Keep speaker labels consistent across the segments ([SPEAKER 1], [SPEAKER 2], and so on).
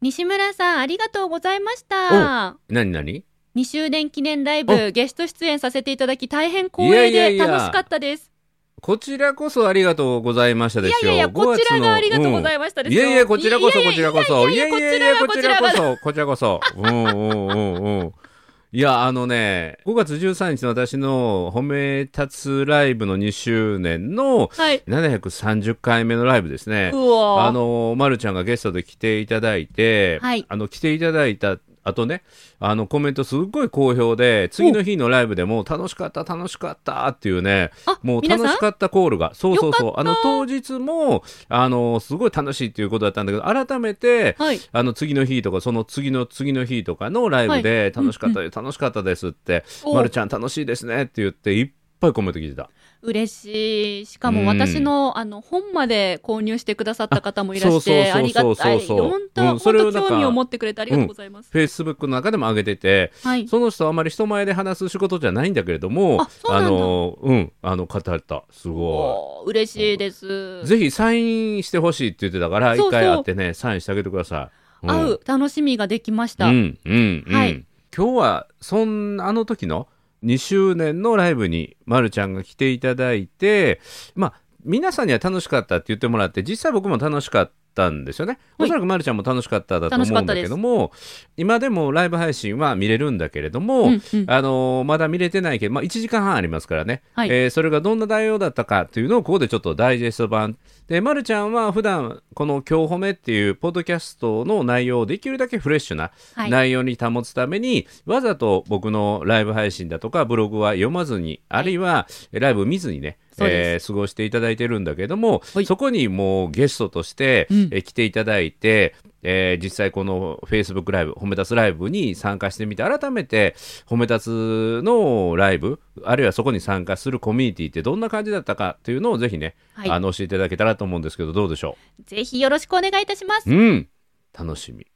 [SPEAKER 1] 西村さん、ありがとうございました。
[SPEAKER 2] 何何
[SPEAKER 1] 2周年記念ライブ、ゲスト出演させていただき、大変光栄
[SPEAKER 2] いやい
[SPEAKER 1] で
[SPEAKER 2] やいや
[SPEAKER 1] 楽しかったです。
[SPEAKER 2] こちらこそありがとうございました
[SPEAKER 1] い
[SPEAKER 2] で
[SPEAKER 1] や
[SPEAKER 2] し
[SPEAKER 1] い
[SPEAKER 2] ょ
[SPEAKER 1] やいや、こちらがありがとうござ
[SPEAKER 2] い
[SPEAKER 1] いましたで
[SPEAKER 2] い
[SPEAKER 1] しょ
[SPEAKER 2] やいや、こちらこそ、こちらこそ。い
[SPEAKER 1] いや
[SPEAKER 2] や
[SPEAKER 1] い
[SPEAKER 2] い
[SPEAKER 1] やい
[SPEAKER 2] や
[SPEAKER 1] や
[SPEAKER 2] いや、こ
[SPEAKER 1] こ
[SPEAKER 2] ち
[SPEAKER 1] ち
[SPEAKER 2] ら
[SPEAKER 1] ら
[SPEAKER 2] こ
[SPEAKER 1] が
[SPEAKER 2] そ、こちらこそ。うんうんうんうん。いや、あのね、5月13日の私の褒め立つライブの2周年の
[SPEAKER 1] はい。
[SPEAKER 2] 730回目のライブですね。
[SPEAKER 1] うわ
[SPEAKER 2] あのま、るちゃんがゲストで来ていただいて、
[SPEAKER 1] はい
[SPEAKER 2] あの来ていただいた後ねあのコメントすっごい好評で次の日のライブでも楽しかった楽しかったっていうね
[SPEAKER 1] あ
[SPEAKER 2] もう
[SPEAKER 1] 皆
[SPEAKER 2] 楽
[SPEAKER 1] さん
[SPEAKER 2] しかったコールがそうそうそ
[SPEAKER 1] よ
[SPEAKER 2] う
[SPEAKER 1] か
[SPEAKER 2] あ
[SPEAKER 1] った
[SPEAKER 2] の当日もあのすごい楽しいっていうことだったんだけど改めて
[SPEAKER 1] はい。
[SPEAKER 2] あの次の日とかその次の次の日とかのライブで楽しかったです楽しかったですって
[SPEAKER 1] お
[SPEAKER 2] まるちゃん楽しいですねって言っていっぱいコメント聞いてた。
[SPEAKER 1] 嬉しい。しか
[SPEAKER 2] う
[SPEAKER 1] も
[SPEAKER 2] ん
[SPEAKER 1] 私の、あの、本まで購入してくださった方もいら
[SPEAKER 2] あ
[SPEAKER 1] っしゃって、
[SPEAKER 2] そ
[SPEAKER 1] あ
[SPEAKER 2] う
[SPEAKER 1] り
[SPEAKER 2] そ
[SPEAKER 1] が
[SPEAKER 2] うそうそう
[SPEAKER 1] たい。
[SPEAKER 2] そう
[SPEAKER 1] 本当、
[SPEAKER 2] うん
[SPEAKER 1] 本
[SPEAKER 2] それ
[SPEAKER 1] 当
[SPEAKER 2] をなんか
[SPEAKER 1] 興味を持ってくれてありがとうございます。
[SPEAKER 2] Facebook の中でも上げてて、
[SPEAKER 1] はい。
[SPEAKER 2] その人はあまり人前で話す仕事じゃないんだけれども、
[SPEAKER 1] あそうなんだ
[SPEAKER 2] の、うん、あの、語った。すご
[SPEAKER 1] おー嬉しいです
[SPEAKER 2] い。。ぜひサインしてほしいって言ってたから、
[SPEAKER 1] そうそう
[SPEAKER 2] 一回会ってね、サインしてあげてください。ん
[SPEAKER 1] 会う楽しみができまし
[SPEAKER 2] う
[SPEAKER 1] た。
[SPEAKER 2] ん、うん、うん。
[SPEAKER 1] はい
[SPEAKER 2] 今日は、そんあの時の2周年のライブに、まるちゃんが来ていただいて、まあ、皆さんには楽しかったって言ってもらって、実際僕も楽しかったんですよね。
[SPEAKER 1] はい
[SPEAKER 2] おそらくまるちゃんも楽しかっただと
[SPEAKER 1] 楽し
[SPEAKER 2] 思
[SPEAKER 1] か
[SPEAKER 2] う
[SPEAKER 1] っ
[SPEAKER 2] ん
[SPEAKER 1] た
[SPEAKER 2] だ
[SPEAKER 1] です
[SPEAKER 2] けども、今でもライブ配信は見れるんだけれども、
[SPEAKER 1] うんうん
[SPEAKER 2] あのーまだ見れてないけど、まあ、1時間半ありますからね、
[SPEAKER 1] はい
[SPEAKER 2] えーそれがどんな内容だったかっていうのをここでちょっとダイジェスト版で、ま、るちゃんは普段この「今日褒め」っていうポッドキャストの内容をできるだけフレッシュな
[SPEAKER 1] はい
[SPEAKER 2] 内容に保つために、わざと僕のライブ配信だとかブログは読まずに、あるいはライブ見ずにね、
[SPEAKER 1] そう
[SPEAKER 2] え
[SPEAKER 1] で
[SPEAKER 2] ー過ごしていただいてるんだけども、
[SPEAKER 1] はい
[SPEAKER 2] そこにもうゲストとして、
[SPEAKER 1] うん
[SPEAKER 2] えー来ていただいて、えー実際この Facebook ライブ褒め立つライブに参加してみて改めて褒め立つのライブあるいはそこに参加するコミュニティってどんな感じだったかっていうのをぜひね、
[SPEAKER 1] はい
[SPEAKER 2] あの教えていただけたらと思うんですけどどうでしょ
[SPEAKER 1] ぜひよろしくお願いいたします
[SPEAKER 2] う。うん楽しみ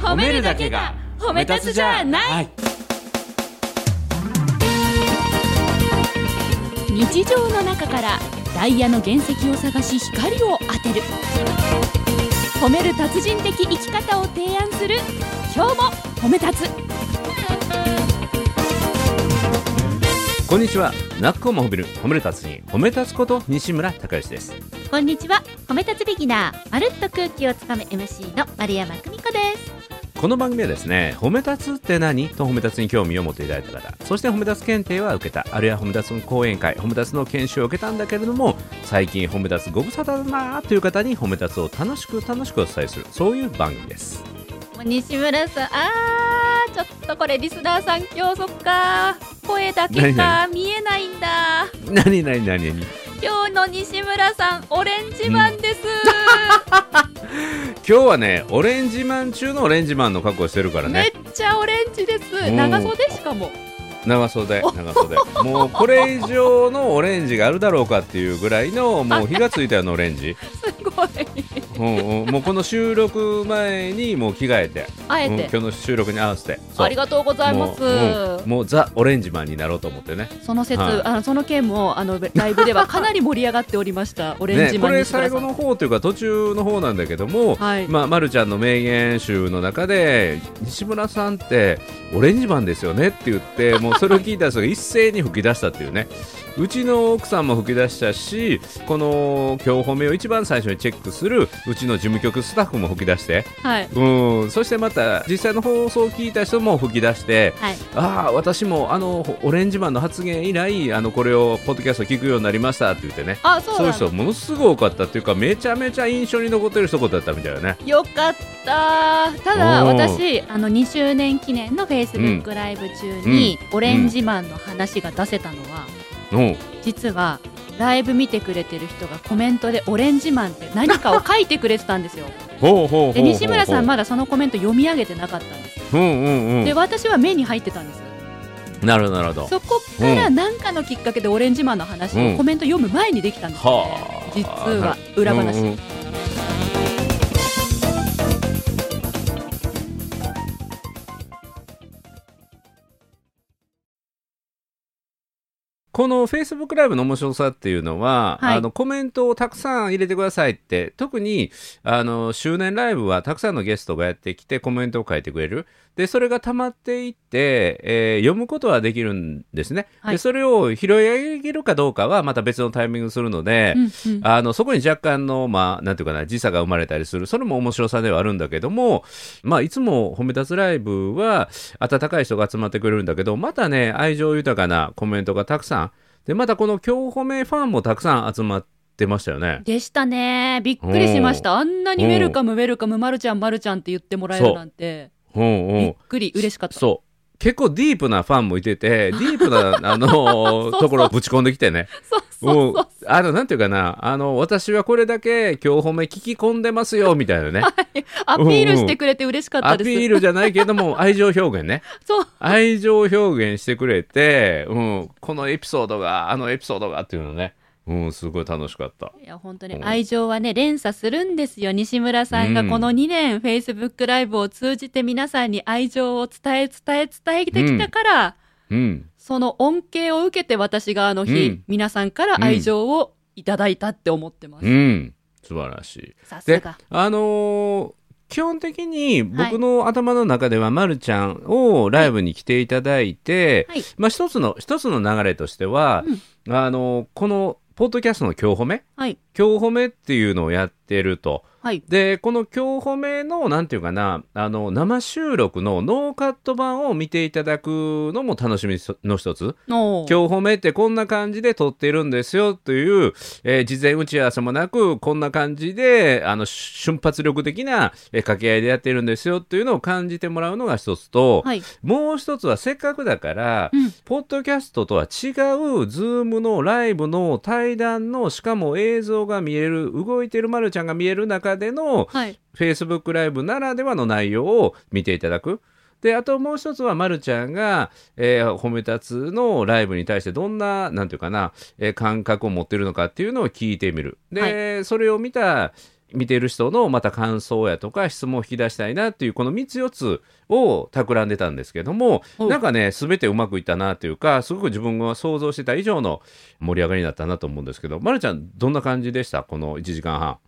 [SPEAKER 1] 褒めるだけが褒め立つじゃない
[SPEAKER 2] い
[SPEAKER 1] 日常の中からダイヤの原石を探し光を当てる褒める達人的生き方を提案する今日も褒め立つ
[SPEAKER 2] こんにちは。なっこも褒める褒める達人褒め立つこと西村孝之です。
[SPEAKER 1] こんにちは褒め立つビギナーまるっと空気をつかむ MC の丸山久美子です
[SPEAKER 2] この番組はですね、褒め立つって何と褒め立つに興味を持っていただいた方、そして褒め立つ検定は受けた、あるいは褒め立つの講演会、褒め立つの研修を受けたんだけれども、最近褒め立つご無沙汰だなという方に褒め立つを楽しく楽しくお伝えする、そういう番組です。
[SPEAKER 1] もう西村さんあーちょっとこれリスナーさん今日そっか声だけ
[SPEAKER 2] 何
[SPEAKER 1] か
[SPEAKER 2] 々
[SPEAKER 1] 見えないんだ
[SPEAKER 2] 何何何に
[SPEAKER 1] 今日の西村さんオレンジマンです、
[SPEAKER 2] 今日はね、オレンジマン中のオレンジマンの格好をしてるから
[SPEAKER 1] め
[SPEAKER 2] ね、
[SPEAKER 1] っちゃオレンジです
[SPEAKER 2] うん
[SPEAKER 1] 長袖しかも
[SPEAKER 2] 長袖、長袖。もうこれ以上のオレンジがあるだろうかっていうぐらいの、もう火がついたようなオレンジ。
[SPEAKER 1] すごい
[SPEAKER 2] うんうん、もうこの収録前にもう着替えて、
[SPEAKER 1] あえ
[SPEAKER 2] うん
[SPEAKER 1] て、
[SPEAKER 2] 今日の収録に合わせてそう
[SPEAKER 1] ありがとうございます。
[SPEAKER 2] もう,、うんもうザ・オレンジマンになろうと思ってね
[SPEAKER 1] その説、
[SPEAKER 2] はい
[SPEAKER 1] あのその件もあのライブでは かなり盛り上がっておりました。オレンジ
[SPEAKER 2] ねこ
[SPEAKER 1] マン
[SPEAKER 2] れ
[SPEAKER 1] 西村
[SPEAKER 2] 最
[SPEAKER 1] さ
[SPEAKER 2] 後
[SPEAKER 1] ん。
[SPEAKER 2] の方というか途中の方なんだけども、
[SPEAKER 1] はい
[SPEAKER 2] まあま、るちゃんの名言集の中で西村さんってオレンジマンですよねって言 ってもうそれを聞いた人が一斉に吹き出したっていうねうちの奥さんも吹き出したしこの今日褒めを一番最初にチェックするうちの事務局スタッフも吹き出して
[SPEAKER 1] はい
[SPEAKER 2] うん、そしてまた実際の放送を聞いた人も吹き出して
[SPEAKER 1] はい。
[SPEAKER 2] ああ私もあのオレンジマンの発言以来あのこれをポッドキャスト聞くようになりましたって言ってね
[SPEAKER 1] あ、そう
[SPEAKER 2] そうい
[SPEAKER 1] な
[SPEAKER 2] うん
[SPEAKER 1] だ。
[SPEAKER 2] 人ものすごい多かったっていうかめちゃめちゃ印象に残ってる一言だったみたいよね
[SPEAKER 1] よかったただ
[SPEAKER 2] おー
[SPEAKER 1] 私あの2周年記念のフェイスブックライブ中に、オレンジマンの話が出せたのは、
[SPEAKER 2] うん
[SPEAKER 1] 実はライブ見てくれてる人がコメントでオレンジマンって何かを書いてくれてたん ですよ
[SPEAKER 2] ほうほうほうほう
[SPEAKER 1] で西村さん
[SPEAKER 2] ま
[SPEAKER 1] まだそのコメント読み上げてなかったんですよ
[SPEAKER 2] うんうん
[SPEAKER 1] で
[SPEAKER 2] う
[SPEAKER 1] 私は目に入ってたんです
[SPEAKER 2] んなるほどなるほど
[SPEAKER 1] そこから何かのきっかけでオレンジマンの話
[SPEAKER 2] う
[SPEAKER 1] を
[SPEAKER 2] ん
[SPEAKER 1] コメント読む前にできたんです、ね
[SPEAKER 2] はあ
[SPEAKER 1] 実は裏話、
[SPEAKER 2] うんうんこの Facebook ライブの面白さっていうのは、
[SPEAKER 1] はい
[SPEAKER 2] あのコメントをたくさん入れてくださいって特にあの周年ライブはたくさんのゲストがやってきてコメントを書いてくれるでそれが溜まっていって、えー読むことはできるんですね、
[SPEAKER 1] はい
[SPEAKER 2] でそれを拾い上げるかどうかはまた別のタイミングするので、
[SPEAKER 1] うんうん
[SPEAKER 2] あのそこに若干の、まあ、なんていうかな時差が生まれたりするそれも面白さではあるんだけども、まあ、いつも褒め立つライブは温かい人が集まってくれるんだけどまたね愛情豊かなコメントがたくさんでまたこの今日褒めファンもたくさん集まってましたよね。
[SPEAKER 1] でしたねびっくりしましたあんなにウェルカムウェルカムまるちゃんまるちゃんって言ってもらえるなんて
[SPEAKER 2] うんう
[SPEAKER 1] び
[SPEAKER 2] ん
[SPEAKER 1] っくり嬉しかった
[SPEAKER 2] そう結構ディープなファンもいて てディープなあのところをぶち込んできてね
[SPEAKER 1] そうそ
[SPEAKER 2] も
[SPEAKER 1] う
[SPEAKER 2] う
[SPEAKER 1] そう
[SPEAKER 2] あのなんていうかなあの私はこれだけ今日褒め聞き込んでますよみたいなね
[SPEAKER 1] アピールしてくれて嬉しかった
[SPEAKER 2] アピ
[SPEAKER 1] です
[SPEAKER 2] ールじゃないけ ども愛情表現ね
[SPEAKER 1] そう
[SPEAKER 2] 愛情表現してくれて、うん、このエピソードがあのエピソードがっていうのね、うん、すごい楽しかった。
[SPEAKER 1] いや本当に愛情はね連鎖するんですよ西村さんが
[SPEAKER 2] うん
[SPEAKER 1] この2年、Facebook ライブを通じて皆さんに愛情を伝え伝え伝えてきたから、
[SPEAKER 2] うん、
[SPEAKER 1] その恩恵を受けて私があの日、
[SPEAKER 2] うん
[SPEAKER 1] 皆さんから愛情をいただいたって思ってます、
[SPEAKER 2] うん、素晴らしい。
[SPEAKER 1] さす
[SPEAKER 2] で
[SPEAKER 1] が、
[SPEAKER 2] あのー基本的に僕の頭の中では、まるちゃんをライブに来ていただいて、
[SPEAKER 1] はい
[SPEAKER 2] まあ、一つの一つの流れとしては、あのーこのポッドキャストの今日褒め
[SPEAKER 1] はい
[SPEAKER 2] 今日褒めっていうのをやってると。
[SPEAKER 1] はい
[SPEAKER 2] でこの今日褒めのなんていうかなあの生収録のノーカット版を見ていただくのも楽しみの一つ
[SPEAKER 1] の
[SPEAKER 2] 今日褒めってこんな感じで撮ってるんですよという、えー事前打ち合わせもなくこんな感じであの瞬発力的な、えー掛け合いでやってるんですよというのを感じてもらうのが一つと、
[SPEAKER 1] はい
[SPEAKER 2] もう一つはせっかくだから、
[SPEAKER 1] うん
[SPEAKER 2] ポッドキャストとは違う、ズームのライブの対談の、しかも映像が見える、動いてるまるちゃんが見える中での、
[SPEAKER 1] はい、
[SPEAKER 2] Facebook ライブならではの内容を見ていただく。で、あともう一つは、まるちゃんが、えー褒め立つのライブに対して、どんな、なんていうかな、えー感覚を持ってるのかっていうのを聞いてみる。で、それを見た、見てる人のまた感想やとか質問を引き出したいなっていうこの3つ4つを企んでたんですけども
[SPEAKER 1] お
[SPEAKER 2] なんかね全てうまくいったなというかすごく自分が想像してた以上の盛り上がりだったなと思うんですけど、ま、るちゃんどんな感じでしたこの1時間半。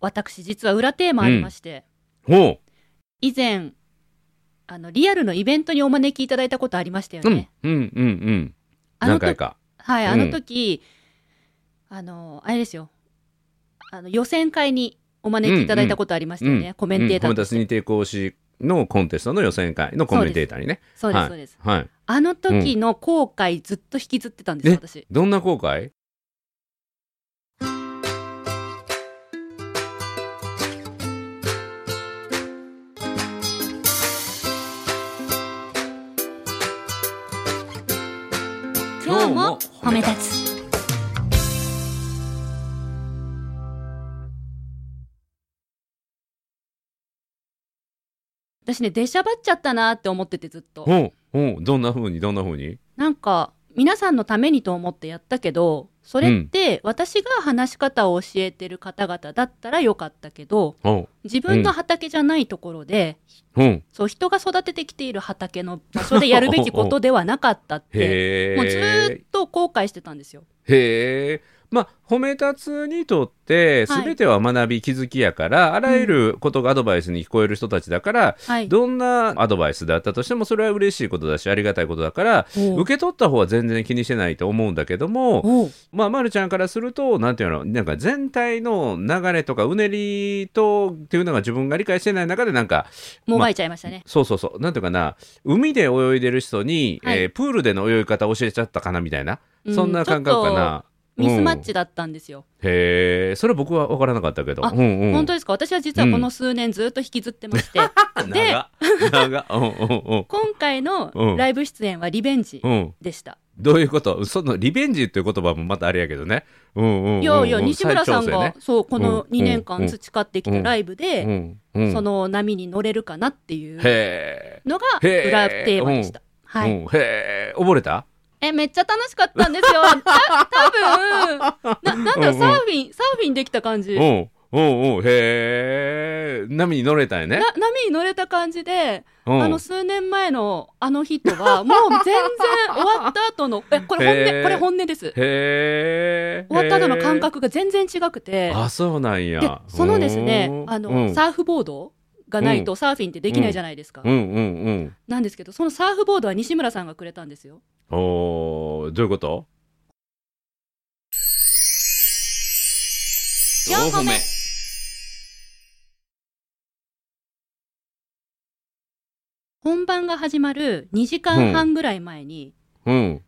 [SPEAKER 1] 私実は裏テーマありまして、
[SPEAKER 2] おう
[SPEAKER 1] 以前あのリアルのイベントにお招きいただいたことありましたよ
[SPEAKER 2] う
[SPEAKER 1] ね、
[SPEAKER 2] んうんうんうん
[SPEAKER 1] あの
[SPEAKER 2] 何
[SPEAKER 1] 時
[SPEAKER 2] 回か。
[SPEAKER 1] はい、
[SPEAKER 2] うん
[SPEAKER 1] あの時、あの、あれですよ。あの、予選会にお招きいただいたことありましたよね。
[SPEAKER 2] うん
[SPEAKER 1] コメンテータ
[SPEAKER 2] う
[SPEAKER 1] ー
[SPEAKER 2] んコメン
[SPEAKER 1] と
[SPEAKER 2] タ
[SPEAKER 1] し
[SPEAKER 2] ス
[SPEAKER 1] て。
[SPEAKER 2] 認定講師のコンテストの予選会のコメンテーターにね。
[SPEAKER 1] そうです、
[SPEAKER 2] はい
[SPEAKER 1] そうです。
[SPEAKER 2] はい。
[SPEAKER 1] あの時の後悔ずっと引きずってたんですよ、私。
[SPEAKER 2] どんな後悔
[SPEAKER 1] 今日も褒め立つ。私ね、出しゃばっちゃったなって思っててずっと。
[SPEAKER 2] おうおうどんな風にどんな風に
[SPEAKER 1] なんか皆さんのためにと思ってやったけどそれって私が話し方を教えてる方々だったらよかったけど
[SPEAKER 2] おう
[SPEAKER 1] 自分の畑じゃないところで、
[SPEAKER 2] おう
[SPEAKER 1] そう人が育ててきている畑の場所でやるべきことではなかったって
[SPEAKER 2] へえ。
[SPEAKER 1] もうずーっと後悔してたんですよ。
[SPEAKER 2] へえ。まあ、褒め立つにとって
[SPEAKER 1] はい
[SPEAKER 2] 全ては学び気づきやから、あらゆることがアドバイスに聞こえる人たちだから、
[SPEAKER 1] はい、
[SPEAKER 2] どんなアドバイスだったとしてもそれは嬉しいことだしありがたいことだから
[SPEAKER 1] おう
[SPEAKER 2] 受け取った方は全然気にしてないと思うんだけども、
[SPEAKER 1] おう
[SPEAKER 2] まあ、まるちゃんからするとなんていうのなんか全体の流れとかうねりとっていうのが自分が理解してない中でなんか
[SPEAKER 1] もがいちゃいましたね。
[SPEAKER 2] そうそうそうなんていうかな海で泳いでる人に、
[SPEAKER 1] はい
[SPEAKER 2] えープールでの泳ぎ方教えちゃったかなみたいな、
[SPEAKER 1] う
[SPEAKER 2] そんな感覚か
[SPEAKER 1] ち
[SPEAKER 2] な。
[SPEAKER 1] ょっとミスマッ
[SPEAKER 2] うん
[SPEAKER 1] チだったんですよ。
[SPEAKER 2] へえ、それ僕は分からなかったけど。
[SPEAKER 1] あ
[SPEAKER 2] うんうん、
[SPEAKER 1] 本当ですか私は実はこの数年ずっと引きずってま して、
[SPEAKER 2] 当
[SPEAKER 1] で
[SPEAKER 2] 長っ長っうんうん
[SPEAKER 1] 今回のライブ出演はリベンジ
[SPEAKER 2] うん。うん。
[SPEAKER 1] でした。
[SPEAKER 2] どういうことそのリベンジっていう言葉もまたあれやけどね。うんうんうんうん。
[SPEAKER 1] いやいや、西村さん
[SPEAKER 2] 再調
[SPEAKER 1] が、
[SPEAKER 2] 整ね
[SPEAKER 1] そう、この
[SPEAKER 2] うん
[SPEAKER 1] 2年
[SPEAKER 2] う
[SPEAKER 1] 間
[SPEAKER 2] ん
[SPEAKER 1] 培ってきたライブで、
[SPEAKER 2] うんうん、
[SPEAKER 1] その波に乗れるかなっていう
[SPEAKER 2] へ
[SPEAKER 1] のが
[SPEAKER 2] へえ
[SPEAKER 1] 裏テーマでした。
[SPEAKER 2] え、
[SPEAKER 1] は
[SPEAKER 2] う
[SPEAKER 1] い。
[SPEAKER 2] ん、へえ、溺れた
[SPEAKER 1] え、めっちゃ楽しかったんです よ。た多分な、なんだろ
[SPEAKER 2] うんう
[SPEAKER 1] う、
[SPEAKER 2] ん
[SPEAKER 1] サーフィン、サーフィンできた感じ。
[SPEAKER 2] うん。うんうん、へえ、波に乗れたよね
[SPEAKER 1] な。波に乗れた感じで、
[SPEAKER 2] うん
[SPEAKER 1] あの数年前のあのヒットはもう全然終わった後のえこれ本
[SPEAKER 2] へー
[SPEAKER 1] 音これ本音です
[SPEAKER 2] へえ。
[SPEAKER 1] 終わった後の感覚が全然違くて
[SPEAKER 2] あ、そうなんや
[SPEAKER 1] で。そのですね
[SPEAKER 2] うん
[SPEAKER 1] あの、
[SPEAKER 2] うん
[SPEAKER 1] サーフボードがないとサーフィンってできないじゃないですか、
[SPEAKER 2] うんうんうん。
[SPEAKER 1] なんですけどそのサーフボードは西村さんがくれたんですよ
[SPEAKER 2] おーどういうこと
[SPEAKER 3] 四歩目
[SPEAKER 1] 本番が始まる2時間半ぐらい前に、
[SPEAKER 2] うん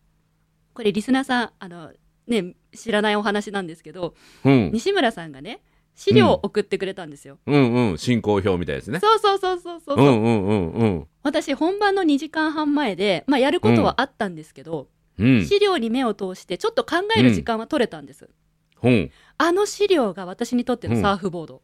[SPEAKER 1] これリスナーさんあのね知らないお話なんですけど
[SPEAKER 2] うん
[SPEAKER 1] 西村さんがね資料を送ってくれたんですよ、
[SPEAKER 2] うんうん進行表みたいですね。
[SPEAKER 1] そうそうそうそうそう、
[SPEAKER 2] うんうんうんうん
[SPEAKER 1] 私本番の2時間半前で、まあ、やることはあったんですけど、
[SPEAKER 2] うん
[SPEAKER 1] 資料に目を通してちょっと考える時間は取れたんです、
[SPEAKER 2] うん。
[SPEAKER 1] あの資料が私にとってのサーフボード、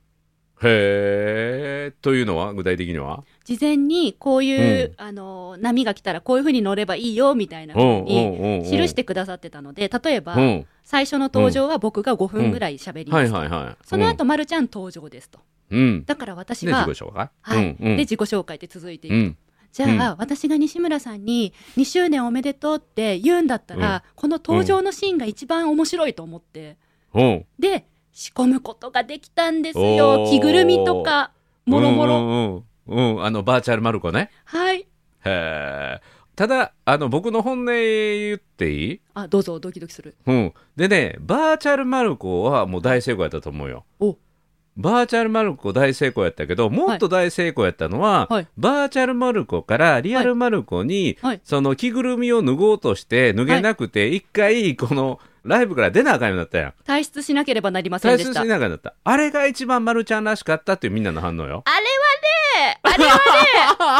[SPEAKER 2] へえ。というのは具体的には。
[SPEAKER 1] 事前にこういう、
[SPEAKER 2] う
[SPEAKER 1] あの波が来たらこういうふうに乗ればいいよみたいなふうに
[SPEAKER 2] 記
[SPEAKER 1] 記してくださってたので例えば、
[SPEAKER 2] うん。
[SPEAKER 1] 最初の登場は僕が5分ぐらい喋り
[SPEAKER 2] は
[SPEAKER 1] ま
[SPEAKER 2] い
[SPEAKER 1] すと、
[SPEAKER 2] はいはい。
[SPEAKER 1] その後、まるちゃん登場ですと
[SPEAKER 2] うん。うん。
[SPEAKER 1] だから私
[SPEAKER 2] で
[SPEAKER 1] が、
[SPEAKER 2] 自己紹介。
[SPEAKER 1] はい
[SPEAKER 2] うんう
[SPEAKER 1] で
[SPEAKER 2] ん
[SPEAKER 1] 自己紹介って続いていく、
[SPEAKER 2] うん。
[SPEAKER 1] じゃあ、私が西村さんに2周年おめでとうって言うんだったら、この登場のシーンが一番面白いと思って、
[SPEAKER 2] うん。
[SPEAKER 1] で仕込むことができたんです
[SPEAKER 2] お
[SPEAKER 1] よ
[SPEAKER 2] ー
[SPEAKER 1] 着ぐるみとかもろもろ
[SPEAKER 2] ろ。うんうんうんうん。あのバーチャルマルコね。
[SPEAKER 1] はい
[SPEAKER 2] へえ。ただあの僕の本音言っていい？
[SPEAKER 1] あどうぞドキドキする
[SPEAKER 2] うん。でねバーチャルマルコはもう大成功やったと思うよ。
[SPEAKER 1] お
[SPEAKER 2] バーチャルマルコ大成功やったけどもっと大成功やったのは、
[SPEAKER 1] はい
[SPEAKER 2] バーチャルマルコからリアルマルコに、
[SPEAKER 1] はいはい
[SPEAKER 2] その着ぐるみを脱ごうとして脱げなくて一、回このライブから出なあかんようになったやん。
[SPEAKER 1] 退出しなければなりません
[SPEAKER 2] 退
[SPEAKER 1] でし
[SPEAKER 2] 出
[SPEAKER 1] た
[SPEAKER 2] しながらだった。あれが一番丸ちゃんらしかったっていうみんなの反応よ。
[SPEAKER 1] あれはねあれはね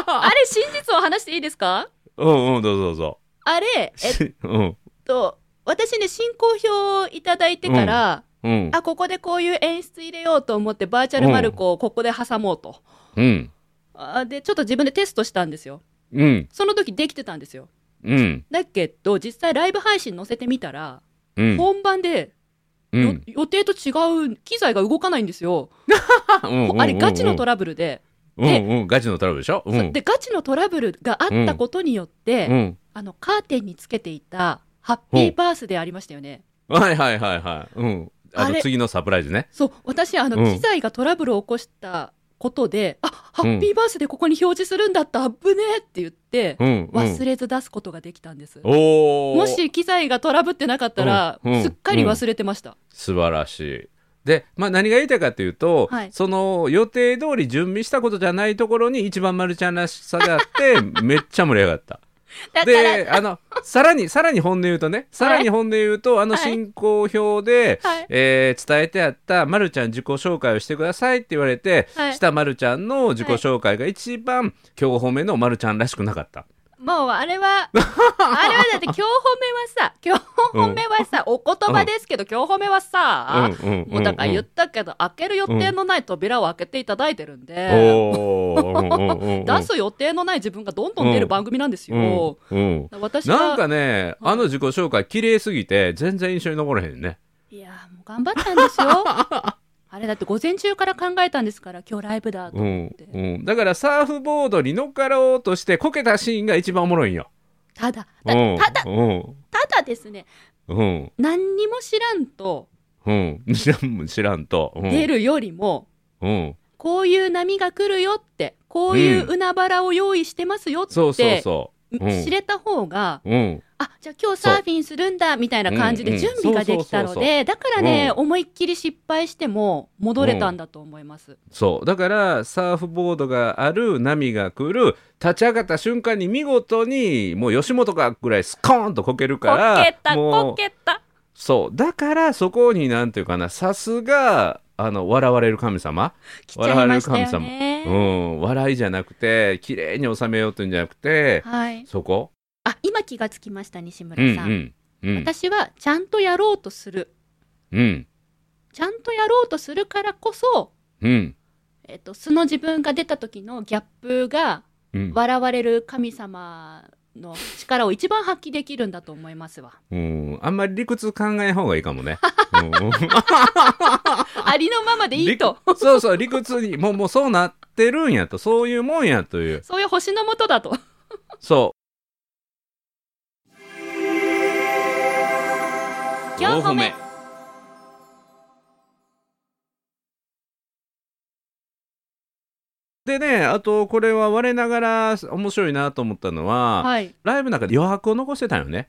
[SPEAKER 1] あれ真実を話していいですか
[SPEAKER 2] うんうん、どうぞどうぞ。
[SPEAKER 1] あれえっ
[SPEAKER 2] しうん。
[SPEAKER 1] と私ね進行表をいただいてから、
[SPEAKER 2] うん。
[SPEAKER 1] あここでこういう演出入れようと思ってバーチャルマルコをここで挟もうと、
[SPEAKER 2] うん。
[SPEAKER 1] あでちょっと自分でテストしたんですよ
[SPEAKER 2] うん。
[SPEAKER 1] その時できてたんですよ
[SPEAKER 2] うん。
[SPEAKER 1] だけど実際ライブ配信載せてみたら、
[SPEAKER 2] うん。
[SPEAKER 1] 本番で
[SPEAKER 2] う
[SPEAKER 1] よ、
[SPEAKER 2] ん。
[SPEAKER 1] 予定と違う機材が動かないんですよ、あれガチのト
[SPEAKER 2] ラ
[SPEAKER 1] ラブルで、
[SPEAKER 2] ブル。うんうん。ガチのトラブルでしょう
[SPEAKER 1] そ
[SPEAKER 2] ん。
[SPEAKER 1] でガチのトラブルがあったことによって、
[SPEAKER 2] うん。
[SPEAKER 1] あのカーテンにつけていたハッピーバースデーありましたよね、
[SPEAKER 2] はいはいはいはい。うん。あ
[SPEAKER 1] あ
[SPEAKER 2] の
[SPEAKER 1] れ
[SPEAKER 2] 次のサプライズね。
[SPEAKER 1] そう私あの、
[SPEAKER 2] うん
[SPEAKER 1] 機材がトラブルを起こしたことであハッピーバースデーここに表示するんだった、危ねえって言って、
[SPEAKER 2] うん。
[SPEAKER 1] 忘
[SPEAKER 2] れ。
[SPEAKER 1] れず出すことができたんです、
[SPEAKER 2] おー
[SPEAKER 1] もし機材がトラブってなかったら、
[SPEAKER 2] うんうん
[SPEAKER 1] すっかり忘れてました、
[SPEAKER 2] 素晴らしい。で、まあ、何が言いたいかというと、
[SPEAKER 1] はい
[SPEAKER 2] その予定通り準備したことじゃないところに一番丸ちゃんらしさがあって めっちゃ盛り上がった。
[SPEAKER 1] だから
[SPEAKER 2] であのさらにさらに本音言うとねさらに本音言うと、あの
[SPEAKER 1] はい
[SPEAKER 2] 進行表で、
[SPEAKER 1] はい
[SPEAKER 2] えー伝えてあった「まるちゃん自己紹介をしてください」って言われて、
[SPEAKER 1] はい
[SPEAKER 2] したまるちゃんの自己紹介が一番今日褒めのまるちゃんらしくなかった。
[SPEAKER 1] もうあれ はあれはだって今日褒めはさ今日褒めはさ、お言葉ですけど今日褒めはさ、
[SPEAKER 2] うん
[SPEAKER 1] もうだから言ったけど、開ける予定のない扉を開けていただいてるんで、
[SPEAKER 2] おーうんうんうん
[SPEAKER 1] 出す予定のない自分がどんどん出る番組なんですよ。
[SPEAKER 2] うんうん
[SPEAKER 1] 私は
[SPEAKER 2] なんかね、
[SPEAKER 1] はい
[SPEAKER 2] あの自己紹介綺麗すぎて全然印象に残らへんね。
[SPEAKER 1] いやーもう頑張ったんですよ。 あれだって午前中から考えたんですから今日ライブだと
[SPEAKER 2] う
[SPEAKER 1] 思っ
[SPEAKER 2] ん
[SPEAKER 1] て、
[SPEAKER 2] うん、だからサーフボードに乗っかろうとしてこけたシーンが一番おもろいんよ。
[SPEAKER 1] ただ
[SPEAKER 2] う
[SPEAKER 1] だ
[SPEAKER 2] ん、
[SPEAKER 1] ただ
[SPEAKER 2] うん、
[SPEAKER 1] ただですね
[SPEAKER 2] うん、
[SPEAKER 1] 何にも知らんと
[SPEAKER 2] うん、知らん、知らんと。うん、
[SPEAKER 1] 出るよりも、
[SPEAKER 2] うん、
[SPEAKER 1] こういう波が来るよって、こういう海原を用意してますよって、
[SPEAKER 2] そうそうそうん
[SPEAKER 1] 知れた方が、
[SPEAKER 2] う。うん、
[SPEAKER 1] あ、じゃあ今日サーフィンするんだみたいな感じ
[SPEAKER 2] うんう
[SPEAKER 1] で
[SPEAKER 2] ん
[SPEAKER 1] 準備ができた
[SPEAKER 2] そう
[SPEAKER 1] の
[SPEAKER 2] そうそ
[SPEAKER 1] で、だからね、
[SPEAKER 2] う
[SPEAKER 1] 思いっきり失敗しても戻れたんだと思います。
[SPEAKER 2] そう。だからサーフボードがある、波が来る、立ち上がった瞬間に見事にもう吉本かぐらいスコーンとこける
[SPEAKER 1] こ
[SPEAKER 2] から、
[SPEAKER 1] けた、
[SPEAKER 2] もう
[SPEAKER 1] こけた。
[SPEAKER 2] そう。だからそこになんていうかな、さすが、あの、笑われる神様。
[SPEAKER 1] 来ちゃいました
[SPEAKER 2] 笑われる
[SPEAKER 1] よ
[SPEAKER 2] 神う
[SPEAKER 1] ね。
[SPEAKER 2] ん、笑いじゃなくて綺麗に収めようってんじゃなくて、
[SPEAKER 1] はい。
[SPEAKER 2] そこ
[SPEAKER 1] あ、今気がつきました、西村
[SPEAKER 2] うんう
[SPEAKER 1] さん。
[SPEAKER 2] んうん
[SPEAKER 1] 私はちゃんとやろうとする。
[SPEAKER 2] うん
[SPEAKER 1] ちゃんとやろうとするからこそ、
[SPEAKER 2] うん
[SPEAKER 1] えっと、素の自分が出た時のギャップが
[SPEAKER 2] うん
[SPEAKER 1] 笑われる神様の力を一番発揮できるんだと思いますわ。
[SPEAKER 2] うんあんまり理屈考えん方がいいかもね、う
[SPEAKER 1] ありのままでいいと。
[SPEAKER 2] 理そうそう理屈にもうもうそうなってるんやとそういうもんやという
[SPEAKER 1] そういう星のもとだと。
[SPEAKER 2] そう
[SPEAKER 3] 今日褒め
[SPEAKER 2] でねあとこれは我ながら面白いなと思ったのは、
[SPEAKER 1] はい。
[SPEAKER 2] ライブの中で余白を残してたよね。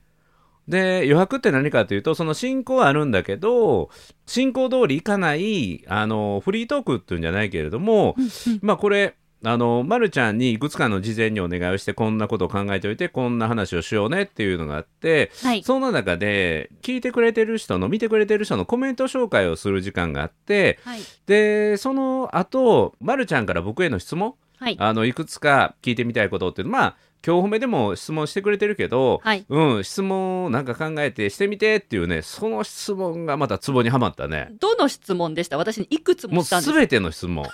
[SPEAKER 2] で余白って何かというとその進行はあるんだけど進行通りいかないあのフリートークっていうんじゃないけれども、まあこれあの、ま、るちゃんにいくつかの事前にお願いをしてこんなことを考えておいてこんな話をしようねっていうのがあって
[SPEAKER 1] はい。
[SPEAKER 2] そんな中で聞いてくれてる人の見てくれてる人のコメント紹介をする時間があって
[SPEAKER 1] はい。
[SPEAKER 2] でその後、ま、るちゃんから僕への質問
[SPEAKER 1] はい。
[SPEAKER 2] あのいくつか聞いてみたいことっていうのまあ今日褒めでも質問してくれてるけど、
[SPEAKER 1] はい
[SPEAKER 2] うん質問をなんか考えてしてみてっていうねその質問がまたツボにはまったね
[SPEAKER 1] どの質問でした私にいくつ
[SPEAKER 2] も
[SPEAKER 1] も
[SPEAKER 2] う
[SPEAKER 1] したんです
[SPEAKER 2] 全ての質 問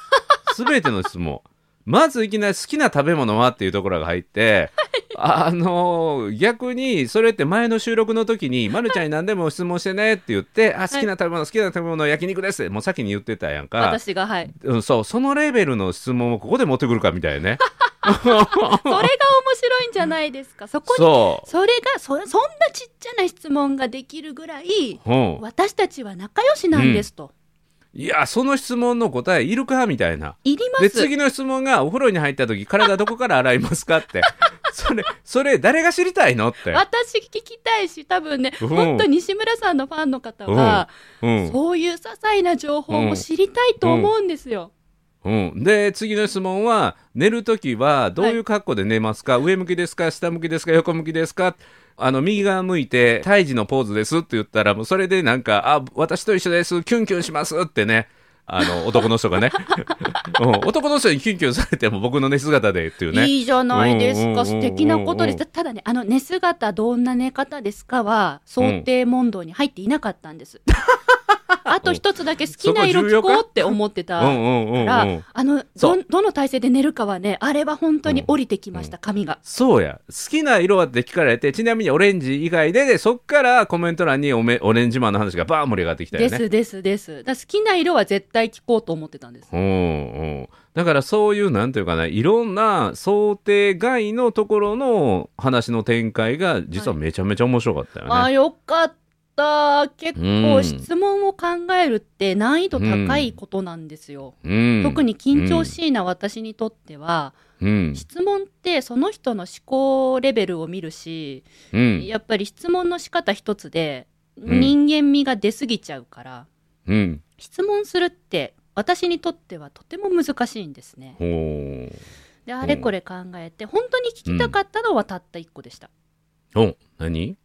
[SPEAKER 2] 全ての質問まずいきなり好きな食べ物はっていうところが入って、あの逆にそれって前の収録の時に「まるちゃんに何でも質問してね」って言って「あ好きな食べ物好きな食べ物は焼肉です」ってもう先に言ってたやんか、
[SPEAKER 1] 私が、はい。
[SPEAKER 2] うん、そうそのレベルの質問をここで持ってくるかみたいなね
[SPEAKER 1] それが面白いんじゃないですか。そこに、
[SPEAKER 2] そう
[SPEAKER 1] それがそ、そんなちっちゃな質問ができるぐらい、
[SPEAKER 2] うん、
[SPEAKER 1] 私たちは仲良しなんですと。
[SPEAKER 2] いやその質問の答えいるかみたいない
[SPEAKER 1] りま。
[SPEAKER 2] です次の質問がお風呂に入った時体どこから洗いますかって それそれ誰が知りたいのって、
[SPEAKER 1] 私聞きたいし、多分ね、
[SPEAKER 2] うん
[SPEAKER 1] 本当西村さんのファンの方は、
[SPEAKER 2] うん
[SPEAKER 1] そういう些細な情報も知りたいと思うんですよ。
[SPEAKER 2] うん、で次の質問は寝る時はどういう格好で寝ますか、上向きですか下向きですか横向きですかあの右側向いて胎児のポーズですって言ったらもうそれでなんか「あ私と一緒ですキュンキュンします」ってねあの男の人が ね、うん、男の人にキュンキュンされても僕の寝姿でっていうね
[SPEAKER 1] いいじゃないです
[SPEAKER 2] うんうんうんうん
[SPEAKER 1] か。素敵なことでした。ただね、あの、寝姿、どんな寝方ですかは、想定問答に入っていなかったんです。あと一つだけ好きな色聞こうって思ってた。
[SPEAKER 2] うんうんうん
[SPEAKER 1] から、
[SPEAKER 2] うん、
[SPEAKER 1] あの
[SPEAKER 2] そ
[SPEAKER 1] ど、どの体勢で寝るかはね、あれは本当に降りてきました、髪が。
[SPEAKER 2] そうや。好きな色はって聞かれて、ちなみにオレンジ以外で、で、そっからコメント欄におめオレンジマンの話がバーン盛り上がってきた
[SPEAKER 1] で
[SPEAKER 2] よね。
[SPEAKER 1] すですです。だから好きな色は絶対聞こうと思ってたんです。
[SPEAKER 2] うんうん。だからそういう、なんていうかな、いろんな想定外のところの話の展開が、実はめちゃめちゃ面白かったよね。
[SPEAKER 1] あーよかった。結
[SPEAKER 2] う
[SPEAKER 1] 構
[SPEAKER 2] ん
[SPEAKER 1] 質問を考えるって難易度高いことなんですよ。
[SPEAKER 2] うん、
[SPEAKER 1] 特に緊張しいな私にとっては、
[SPEAKER 2] うん、
[SPEAKER 1] 質問ってその人の思考レベルを見るし、
[SPEAKER 2] うん、
[SPEAKER 1] やっぱり質問の仕方一つで
[SPEAKER 2] うん
[SPEAKER 1] 人間味が出すぎちゃうから、
[SPEAKER 2] うん。
[SPEAKER 1] 質問するって私にとってはとても難しいんですね。
[SPEAKER 2] ほう。
[SPEAKER 1] で、あれこれ考えて、本当に聞きたかったのはたった一個でした。
[SPEAKER 2] お、何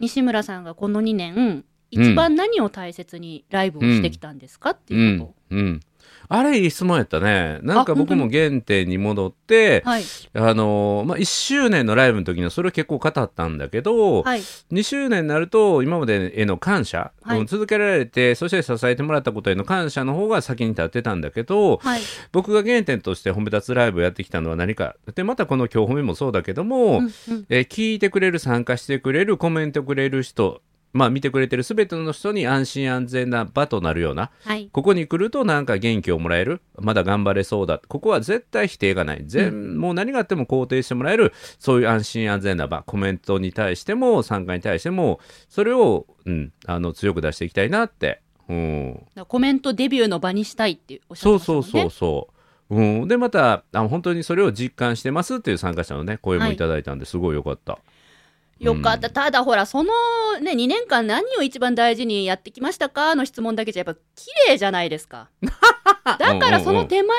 [SPEAKER 1] 西村さんがこの2年一番何を大切にライブをしてきたんですか、っていうこと、
[SPEAKER 2] うん。うん。あれ、いい質問やったね。なんか
[SPEAKER 1] あ本
[SPEAKER 2] 僕
[SPEAKER 1] 当に
[SPEAKER 2] も原点に戻って、
[SPEAKER 1] はい
[SPEAKER 2] あのーまあ、1周年のライブの時にはそれを結構語ったんだけど、
[SPEAKER 1] はい
[SPEAKER 2] 2周年になると今までへの感謝、
[SPEAKER 1] はい
[SPEAKER 2] うん続けられてそして支えてもらったことへの感謝の方が先に立ってたんだけど
[SPEAKER 1] はい
[SPEAKER 2] 僕が原点として褒め立つライブをやってきたのは何かでまたこの「今日褒め」もそうだけども、
[SPEAKER 1] うんうん
[SPEAKER 2] えー聞いてくれる参加してくれるコメントくれる人まあ見てくれてる全ての人に安心安全な場となるような
[SPEAKER 1] はい
[SPEAKER 2] ここに来るとなんか元気をもらえるまだ頑張れそうだここは絶対否定がない全、もう何があっても肯定してもらえるそういう安心安全な場コメントに対しても参加に対してもそれを、うん、あの強く出していきたいなって、うん、
[SPEAKER 1] だからコメントデビューの場にしたいっておっしゃっ
[SPEAKER 2] そ
[SPEAKER 1] て
[SPEAKER 2] う
[SPEAKER 1] ました
[SPEAKER 2] そ
[SPEAKER 1] もんね
[SPEAKER 2] うそうそう、うん、でまたあの本当にそれを実感してますっていう参加者のね声もいただいたんですごい良かった、
[SPEAKER 1] よかった、
[SPEAKER 2] うん
[SPEAKER 1] ただほらそのね2年間何を一番大事にやってきましたかの質問だけじゃやっぱ綺麗じゃないです かだからその手前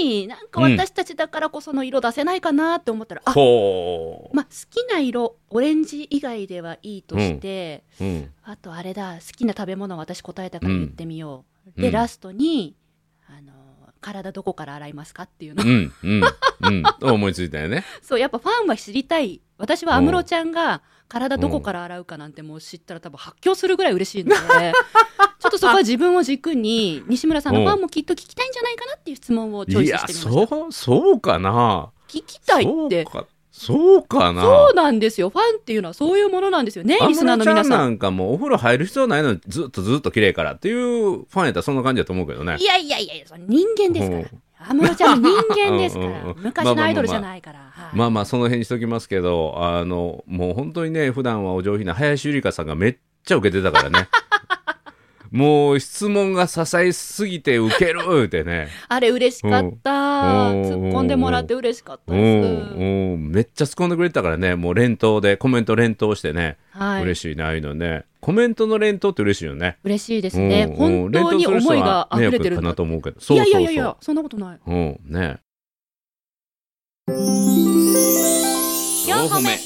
[SPEAKER 1] になんか私たちだからこその色出せないかなって思ったら、あ
[SPEAKER 2] ほ
[SPEAKER 1] まあ好きな色オレンジ以外ではいいとして、
[SPEAKER 2] う、うん、
[SPEAKER 1] あとあれだ好きな食べ物私答えたから言ってみよう、
[SPEAKER 2] うんう
[SPEAKER 1] で
[SPEAKER 2] ん
[SPEAKER 1] ラストにあの体どこから洗いますかっていう の、
[SPEAKER 2] うんうんうん思いついたよね
[SPEAKER 1] そうやっぱファンは知りたい私は安室ちゃんが体どこから洗うかなんてもう知ったら多分発狂するぐらい嬉しいので ちょっとそこは自分を軸に西村さんのファンもきっと聞きたいん じゃないかなっていう質問をチョイ
[SPEAKER 2] い
[SPEAKER 1] ス
[SPEAKER 2] や
[SPEAKER 1] してみました
[SPEAKER 2] そうそうかな
[SPEAKER 1] 聞きたいっ
[SPEAKER 2] そう
[SPEAKER 1] て
[SPEAKER 2] かそうかな
[SPEAKER 1] そうなんですよ。ファンっていうのはそういうものなんですよね、
[SPEAKER 2] 安
[SPEAKER 1] リスナー
[SPEAKER 2] 室
[SPEAKER 1] の
[SPEAKER 2] ちゃ
[SPEAKER 1] 皆
[SPEAKER 2] ん
[SPEAKER 1] さ。
[SPEAKER 2] なんんかもうお風呂入る必要ないのにずっとずっと綺麗からっていうファンやったらそんな感じだと思うけど ね
[SPEAKER 1] いやいやいやいや、その人間ですか
[SPEAKER 2] うん
[SPEAKER 1] ら。安室ちゃんの人間ですか
[SPEAKER 2] うんうん
[SPEAKER 1] ら
[SPEAKER 2] う。ん
[SPEAKER 1] 昔のアイドルじゃないから。はい
[SPEAKER 2] まあまあその辺にしときますけどあのもう本当にね普段はお上品な林ゆりかさんがめっちゃ受けてたから ねもう質問が支えすぎて受けるってね
[SPEAKER 1] あれ嬉しかった。
[SPEAKER 2] うん
[SPEAKER 1] 突っ込んでもらって嬉しかった
[SPEAKER 2] うん
[SPEAKER 1] です。
[SPEAKER 2] うんめっちゃ突っ込んでくれてたからねもう連投でコメント連投してね、
[SPEAKER 1] はい。
[SPEAKER 2] 嬉しいなああいうのねコメントの連投って嬉しいよね
[SPEAKER 1] 嬉しいです
[SPEAKER 2] うん
[SPEAKER 1] ね。
[SPEAKER 2] う
[SPEAKER 1] 本
[SPEAKER 2] ん
[SPEAKER 1] 当に
[SPEAKER 2] 連投
[SPEAKER 1] 思
[SPEAKER 2] す人
[SPEAKER 1] い
[SPEAKER 2] は
[SPEAKER 1] が
[SPEAKER 2] 迷
[SPEAKER 1] 溢れ
[SPEAKER 2] 惑
[SPEAKER 1] てるん
[SPEAKER 2] かな
[SPEAKER 1] だ
[SPEAKER 2] と。思うけど
[SPEAKER 1] い
[SPEAKER 2] そう
[SPEAKER 1] や
[SPEAKER 2] そう
[SPEAKER 1] い
[SPEAKER 2] そ
[SPEAKER 1] や
[SPEAKER 2] う
[SPEAKER 1] いやいや、そんなことない。
[SPEAKER 2] うんね
[SPEAKER 3] 4個目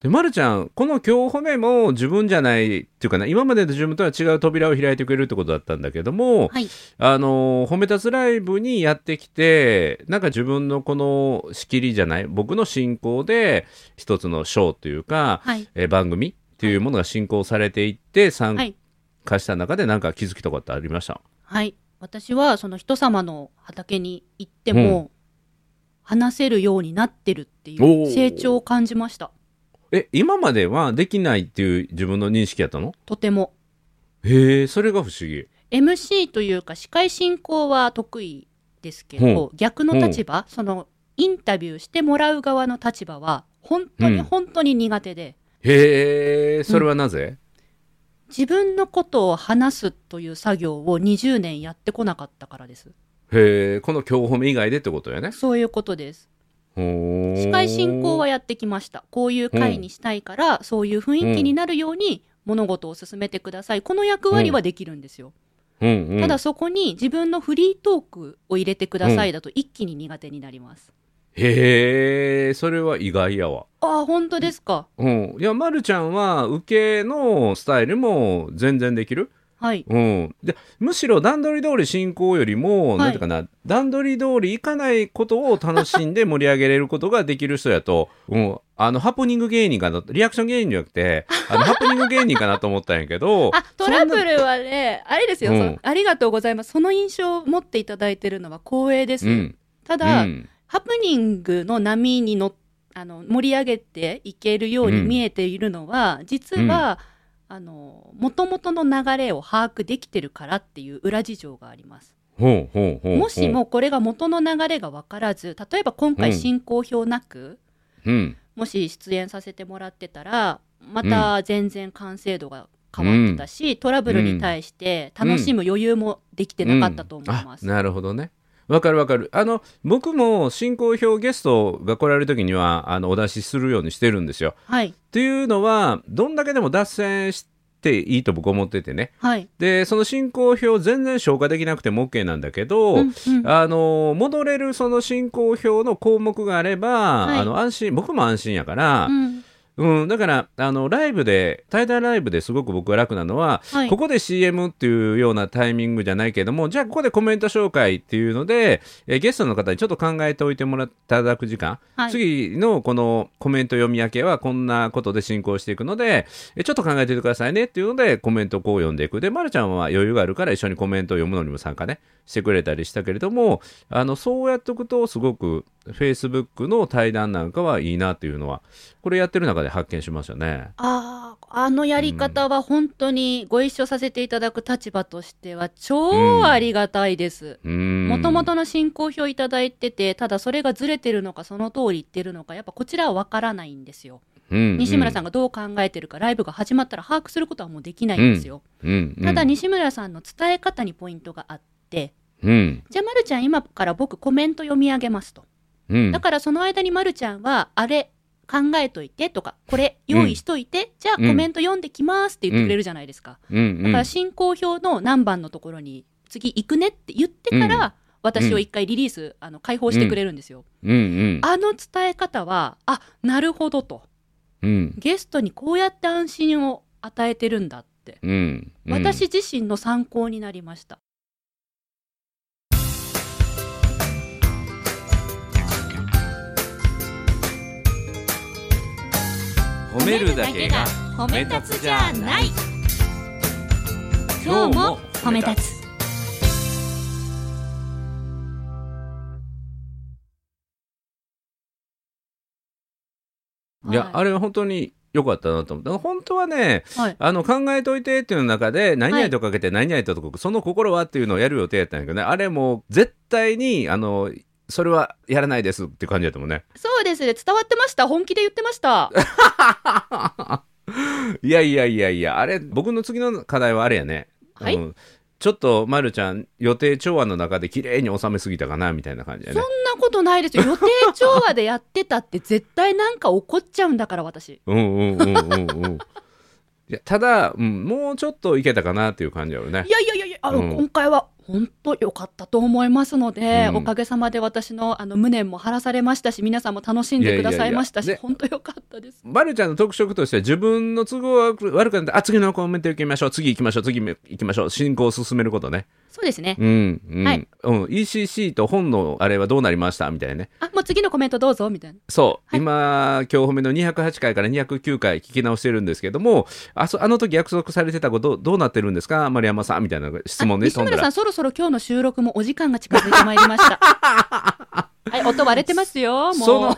[SPEAKER 2] で、ま、るちゃんこの「今日褒め」も自分じゃないっていうかな今までの自分とは違う扉を開いてくれるってことだったんだけども、
[SPEAKER 1] はい
[SPEAKER 2] あの褒めたつライブにやってきてなんか自分のこの仕切りじゃない僕の進行で一つのショーというか、
[SPEAKER 1] はい。
[SPEAKER 2] えー番組っていうものが進行されていって参
[SPEAKER 1] はい
[SPEAKER 2] 加した中でなんか気づきとかってありました、
[SPEAKER 1] はい。私は、その人様の畑に行っても、話せるようになってるってい
[SPEAKER 2] おー
[SPEAKER 1] う成長を感じました。
[SPEAKER 2] え今まではできないっていう自分の認識やったの
[SPEAKER 1] とても。
[SPEAKER 2] へえそれが不思議
[SPEAKER 1] MC というか司会進行は得意ですけど、逆の立場、そのインタビューしてもらう側の立場は本当
[SPEAKER 2] う
[SPEAKER 1] に
[SPEAKER 2] ん
[SPEAKER 1] 本当に苦手で、
[SPEAKER 2] へえそれはなぜ、
[SPEAKER 1] 自分のことを話すという作業を20年やってこなかったからです。
[SPEAKER 2] へえこの今日褒め以外でってことやね
[SPEAKER 1] そういうことです。司
[SPEAKER 2] 司
[SPEAKER 1] 会進行はやってきました。こういう会にしたいから、そういう雰囲気になるように物事を進めてください。この役割はできるんですよ。
[SPEAKER 2] うんうん、
[SPEAKER 1] ただそこに自分のフリートークを入れてくださいだと一気に苦手になります。
[SPEAKER 2] へえそれは意外やわ
[SPEAKER 1] ああ、本当ですか。
[SPEAKER 2] うんいやまるちゃんは受けのスタイルも全然できる
[SPEAKER 1] はい。
[SPEAKER 2] うんでむしろ段取り通り進行よりも、
[SPEAKER 1] い
[SPEAKER 2] なんていうかな段取り通りいかないことを楽し んで盛り上げれることができる人やと、うん、あのハプニング芸人かなリアクション芸人じゃなくて あのハプニング芸人かなと思ったんやけど
[SPEAKER 1] あトラブルはね、あれですよ、
[SPEAKER 2] うん
[SPEAKER 1] そのありがとうございます。その印象を持っていただいてるのは光栄で
[SPEAKER 2] そ
[SPEAKER 1] す。
[SPEAKER 2] んなうん
[SPEAKER 1] ただ、
[SPEAKER 2] うん
[SPEAKER 1] ハプニングの波にのあの盛り上げていけるように
[SPEAKER 2] うん
[SPEAKER 1] 見えているのは、実は、あの、元々の流れを把握できてるからっていう裏事情があります。
[SPEAKER 2] ほうほうほうほう
[SPEAKER 1] もし、もこれが元の流れが分からず、例えば今回
[SPEAKER 2] うん
[SPEAKER 1] 進行表なく、
[SPEAKER 2] うん、
[SPEAKER 1] もし出演させてもらってたらまた全然完成度が変わってたし、トラブルに対して楽しむ余裕もできてなかったと思います。
[SPEAKER 2] うんあなるほどねわかるわかるあの僕も進行表ゲストが来られる時にはあのお出しするようにしてるんですよ。
[SPEAKER 1] はい
[SPEAKER 2] っていうのはどんだけでも脱線していいと僕思っててね
[SPEAKER 1] はい、
[SPEAKER 2] でその進行表全然消化できなくても OK なんだけど、
[SPEAKER 1] うんうん
[SPEAKER 2] あの戻れるその進行表の項目があれば、
[SPEAKER 1] はい
[SPEAKER 2] あの安心僕も安心やから
[SPEAKER 1] う、ん
[SPEAKER 2] うんだからあのライブで対談ライブですごく僕が楽なのは、
[SPEAKER 1] はい
[SPEAKER 2] ここで CM っていうようなタイミングじゃないけども、じゃあここでコメント紹介っていうので、えーゲストの方にちょっと考えておいてもらっていただく時間、
[SPEAKER 1] はい
[SPEAKER 2] 次のこのコメント読み上げはこんなことで進行していくので、えーちょっと考えておいてくださいねっていうので、コメントをこう読んでいく。で、ま、るちゃんは余裕があるから一緒にコメントを読むのにも参加ね、してくれたりしたけれども、あの、そうやっておくとすごく Facebook の対談なんかはいいなっていうのは、これやってる中で発見しましたね。
[SPEAKER 1] あーあのやり方は本当にご一緒させていただく立場としては超ありがたいです。
[SPEAKER 2] も
[SPEAKER 1] もともとの進行表いただいてて、ただそれがずれてるのか、その通り言ってるのか、やっぱこちらはわからないんですよ。西村さんがどう考えてるか、ライブが始まったら把握することはもうできないんですよ。
[SPEAKER 2] うん
[SPEAKER 1] ただ、西村さんの伝え方にポイントがあって、
[SPEAKER 2] うん
[SPEAKER 1] じゃあ、ま、るちゃん、今から僕、コメント読み上げますと。
[SPEAKER 2] うん、
[SPEAKER 1] だから、その間にまるちゃんは、あれ、考えといてとか、これ、用意しといて、じゃあ、コメント読んできますって言ってくれるじゃないですか。
[SPEAKER 2] うん
[SPEAKER 1] だから、進行表の何番のところに、次行くねって言ってから、私を一回リリース、あの、解放してくれるんですよ。
[SPEAKER 2] うんうん
[SPEAKER 1] あの伝え方は、あ、なるほどと。
[SPEAKER 2] うん
[SPEAKER 1] ゲストにこうやって安心を与えてるんだって。
[SPEAKER 2] うんうん
[SPEAKER 1] 私自身の参考になりました。
[SPEAKER 2] 褒めるだけが
[SPEAKER 3] 褒
[SPEAKER 2] め立つじゃない
[SPEAKER 3] 今日も褒め立つ
[SPEAKER 2] やあれは本当に良かったなと思った本当はね、
[SPEAKER 1] はい
[SPEAKER 2] あの考えといてっていうの中で何々とかけて何々とかけてその心はっていうのをやる予定やったんやけどねあれもう絶対にあのそれはやらないですって感じやったもんね
[SPEAKER 1] そうですね伝わってました本気で言ってました
[SPEAKER 2] いやいやいやいやあれ僕の次の課題はあれやね、
[SPEAKER 1] はい
[SPEAKER 2] うんちょっとまるちゃん予定調和の中で綺麗に収めすぎたかなみたいな感じや
[SPEAKER 1] そ
[SPEAKER 2] ね
[SPEAKER 1] んなことないですよ。予定調和でやってたって絶対なんか怒っちゃうんだから私。
[SPEAKER 2] うんうんうんうんうんいやただ、うん、もうちょっといけたかなっていう感じやろね
[SPEAKER 1] いやいやいやいや、あの、
[SPEAKER 2] うん
[SPEAKER 1] 今回は本当良かったと思いますので、
[SPEAKER 2] うん
[SPEAKER 1] おかげさまで私のあの無念も晴らされましたし、皆さんも楽しんでくださいました
[SPEAKER 2] いやいやい
[SPEAKER 1] し、
[SPEAKER 2] や
[SPEAKER 1] 本当良かったです。
[SPEAKER 2] まるちゃんの特色としては自分の都合が悪くなってあ次のコメント行きましょう次行きましょう次行きましょう進行を進めることね
[SPEAKER 1] そうですね。
[SPEAKER 2] うんうん、
[SPEAKER 1] はい
[SPEAKER 2] うん、ECC と本のあれはどうなりましたみたいなね
[SPEAKER 1] あ、もう次のコメントどうぞみたいな。
[SPEAKER 2] そう、
[SPEAKER 1] はい
[SPEAKER 2] 今今日褒めの208回から209回聞き直してるんですけどもあそあの時約束されてたことどうなってるんですか丸山さんみたいな質問
[SPEAKER 1] あ
[SPEAKER 2] で
[SPEAKER 1] 西
[SPEAKER 2] 飛ん
[SPEAKER 1] 村
[SPEAKER 2] だ
[SPEAKER 1] さ
[SPEAKER 2] ら
[SPEAKER 1] ん、そろそろ今日の収録もお時間が近づいてまいりま した。はい、音割れてますよ。もう。
[SPEAKER 2] その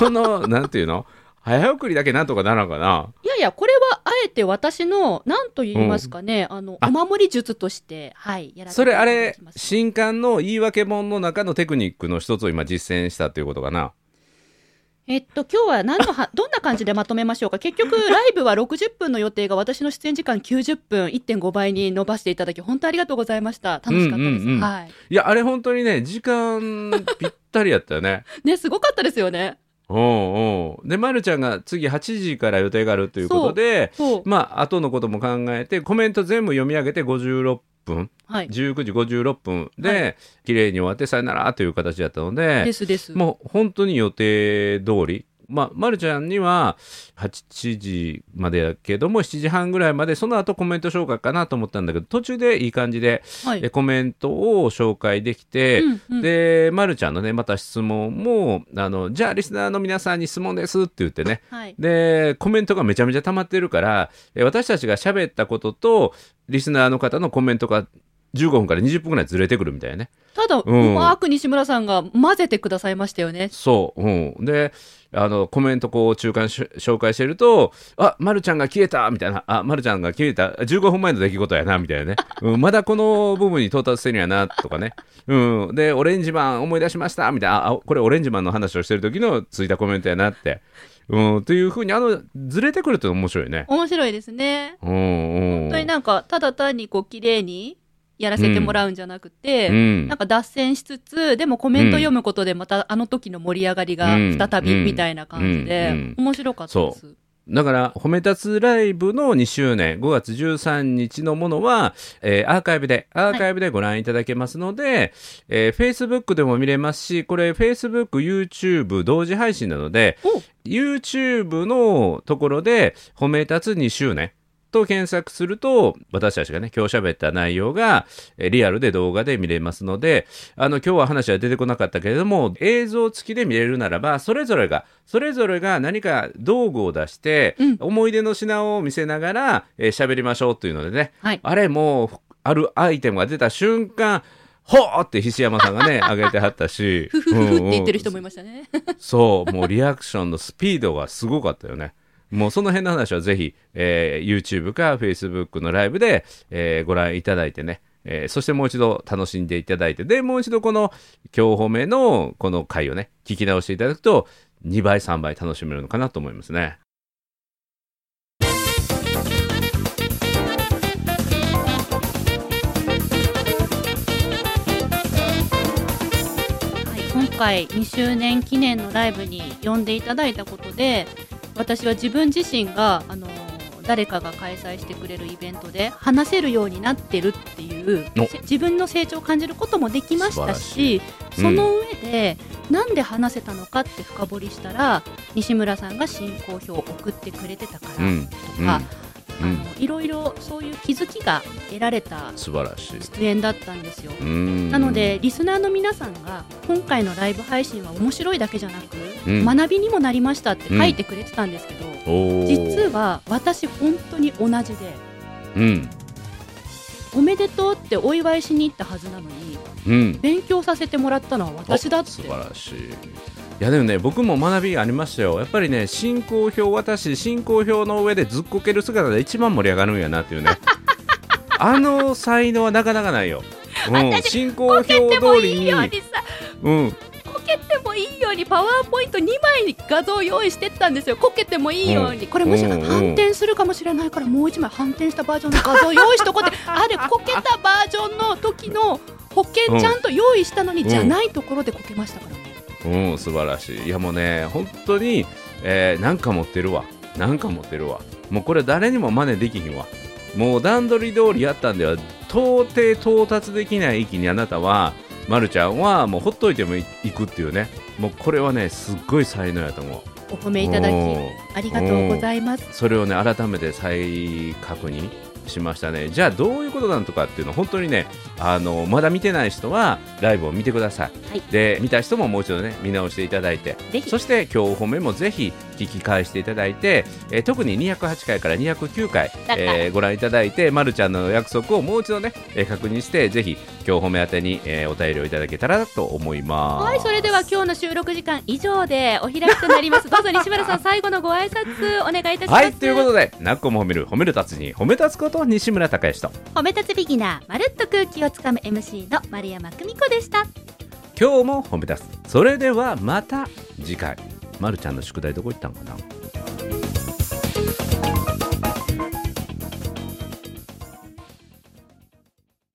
[SPEAKER 2] その なんていうの早送りだけなんとかならんかない
[SPEAKER 1] やいや、これはあえて私の、なんと言いますかね、あの、
[SPEAKER 2] あ
[SPEAKER 1] お守り術として、はい、やらせて
[SPEAKER 2] そ
[SPEAKER 1] い
[SPEAKER 2] れあ
[SPEAKER 1] ただ
[SPEAKER 2] れ
[SPEAKER 1] きます。
[SPEAKER 2] 新刊の言い訳本の中のテクニックの一つを今実践したということかな
[SPEAKER 1] えっと、今日は何の は、どんな感じでまとめましょうか。結局、ライブは60分の予定が私の出演時間90分、1.5倍に伸ばしていただき、本当ありがとうございました。楽しかったです。
[SPEAKER 2] うんうんうん
[SPEAKER 1] はい。
[SPEAKER 2] いやあれ本当にね時間ぴったりやったよね
[SPEAKER 1] ね、すごかったですよね。
[SPEAKER 2] おうおうで、ま、るちゃんが次8時から予定があるということで
[SPEAKER 1] そう。
[SPEAKER 2] まあ後のことも考えてコメント全部読み上げて56分
[SPEAKER 1] はい。
[SPEAKER 2] 19時56分で、
[SPEAKER 1] は
[SPEAKER 2] 綺麗に終わってさよならという形だったので
[SPEAKER 1] ですです。
[SPEAKER 2] もう本当に予定通り。まあ、まるちゃんには8時までやけども7時半ぐらいまでその後コメント紹介かなと思ったんだけど途中でいい感じで、
[SPEAKER 1] はい
[SPEAKER 2] え。コメントを紹介できて、
[SPEAKER 1] うんうん
[SPEAKER 2] で、ま、るちゃんのねまた質問もあのじゃあリスナーの皆さんに質問ですって言ってね
[SPEAKER 1] はい。
[SPEAKER 2] でコメントがめちゃめちゃ溜まってるからえ私たちが喋ったこととリスナーの方のコメントが15分から20分ぐらいずれてくるみたいなね。
[SPEAKER 1] ただ、うんまく西村さんが混ぜてくださいましたよね。
[SPEAKER 2] そう、うん、であのコメントこう中間し紹介してると「あまるちゃんが消えた」みたいな「あまるちゃんが消えた15分前の出来事やな」みたいなね、 うん「まだこの部分に到達してるんやな」とかね「うん、でオレンジマン思い出しました」みたいなあ「あこれオレンジマンの話をしてる時のついたコメントやな」って、うん、というふうにあのずれてくるって面白いね。
[SPEAKER 1] 面白いですね。
[SPEAKER 2] うんうん、
[SPEAKER 1] 本当になんかただ単にこう綺麗にやらせてもらうんじゃなくて、
[SPEAKER 2] うん
[SPEAKER 1] なんか脱線しつつでもコメント読むことでまたあの時の盛り上がりが再び
[SPEAKER 2] うん
[SPEAKER 1] みたいな感じで、
[SPEAKER 2] うん
[SPEAKER 1] 面白かったです。
[SPEAKER 2] だから、褒め立つライブの2周年、5月13日のものは、えーアーカイブで、アーカイブでご覧いただけますので、えー Facebook でも見れますし、これ Facebook、YouTube 同時配信なので、
[SPEAKER 1] お
[SPEAKER 2] YouTube のところで、褒め立つ2周年と検索すると、私たちがね、今日喋った内容が、えーリアルで動画で見れますので、あの、今日は話は出てこなかったけれども、映像付きで見れるならば、それぞれが、それぞれが何か道具を出して、
[SPEAKER 1] うん
[SPEAKER 2] 思い出の品を見せながら、えー喋りましょうというのでね、
[SPEAKER 1] はい
[SPEAKER 2] あれもう、あるアイテムが出た瞬間、ほーって菱山さん がね、上げてはったし、
[SPEAKER 1] ふふふふって言ってる人
[SPEAKER 2] も
[SPEAKER 1] もいましたね。
[SPEAKER 2] そう、もうリアクションのスピードがすごかったよね。もうその辺の話はぜひ、えー YouTube か Facebook のライブで、えーご覧いただいてね、えーそしてもう一度楽しんでいただいて、で、もう一度この今日褒めのこの回をね、聞き直していただくと、2倍、3倍楽しめるのかなと思いますね。
[SPEAKER 1] はい、今回2周年記念のライブに呼んでいただいたことで私は自分自身が、あのー誰かが開催してくれるイベントで話せるようになってるっていう
[SPEAKER 2] お
[SPEAKER 1] せ自分の成長を感じることもできましたし
[SPEAKER 2] 素晴らしいうん
[SPEAKER 1] その上で、なんで話せたのかって深掘りしたら西村さんが進行表を送ってくれてたか
[SPEAKER 2] う
[SPEAKER 1] ら、
[SPEAKER 2] ん。う
[SPEAKER 1] あ
[SPEAKER 2] ん。う
[SPEAKER 1] あ
[SPEAKER 2] ん
[SPEAKER 1] のいろいろそういう気づきが得られた
[SPEAKER 2] 素晴らしい。
[SPEAKER 1] 出演だったんですよ。
[SPEAKER 2] うん。
[SPEAKER 1] なので、リスナーの皆さんが今回のライブ配信は面白いだけじゃなく、
[SPEAKER 2] うん
[SPEAKER 1] 学びにもなりましたって書いてくれてたんですけど、
[SPEAKER 2] おー
[SPEAKER 1] 実は私、本当に同じで
[SPEAKER 2] うん。
[SPEAKER 1] おめでとうってお祝いしに行ったはずなのに
[SPEAKER 2] うん
[SPEAKER 1] 勉強させてもらったのは私だって
[SPEAKER 2] 素晴らしいいやでもね僕も学びがありましたよやっぱりね進行表渡し進行表の上でずっこける姿で一番盛り上がるんやなって いうねあの才能はなかなかないよ、うん、進行
[SPEAKER 1] こ
[SPEAKER 2] 表
[SPEAKER 1] け
[SPEAKER 2] 通
[SPEAKER 1] ても
[SPEAKER 2] り
[SPEAKER 1] いい
[SPEAKER 2] に
[SPEAKER 1] ようにさ
[SPEAKER 2] うん、
[SPEAKER 1] こけてもいいようにパワーポイント2枚に画像用意してったんですよこけてもいいように、これもしか
[SPEAKER 2] うんうん
[SPEAKER 1] 反転するかもしれないからもう1枚反転したバージョンの画像用意しとこうってあれこけたバージョンの時の保険ちゃんと用意したのに、
[SPEAKER 2] うん
[SPEAKER 1] じゃないところでこけましたからね、
[SPEAKER 2] うん、素晴らしい。いやもうね、本当に、えーなんか持ってるわ。なんか持ってるわ。もうこれ誰にも真似できひんわ。もう段取り通りやったんでは、到底到達できない域にあなたは、まるちゃんはもうほっといてもいいくっていうね。もうこれはね、すっごい才能やと思う。
[SPEAKER 1] お褒めいただき
[SPEAKER 2] うん
[SPEAKER 1] ありがとうございます
[SPEAKER 2] それをね、改めて再確認しましたね。じゃあどういうことなのかっていうのを本当にね、あの、まだ見てない人はライブを見てください。
[SPEAKER 1] はい
[SPEAKER 2] で、見た人ももう一度ね、見直していただいて、
[SPEAKER 1] ぜひ
[SPEAKER 2] そして今日お褒めもぜひ聞き返していただいて、えー特に208回から209回、
[SPEAKER 1] だから
[SPEAKER 2] えーご覧いただいて、ま、るちゃんの約束をもう一度ね、えー確認してぜひ今日褒め宛てに、えーお便りをいただけたらと思います。
[SPEAKER 1] はいそれでは今日の収録時間以上でお開きとなり ますどうぞ西村さん最後のご挨拶お願いいたします
[SPEAKER 2] はいということで「なっこも褒める褒める達人褒め立つこと西村孝之と
[SPEAKER 1] 褒め立つビギナーまるっと空気をつかむ MC の丸山久美子でした
[SPEAKER 2] 今日も褒め立つそれではまた次回まるちゃんの宿題どこ行ったんかな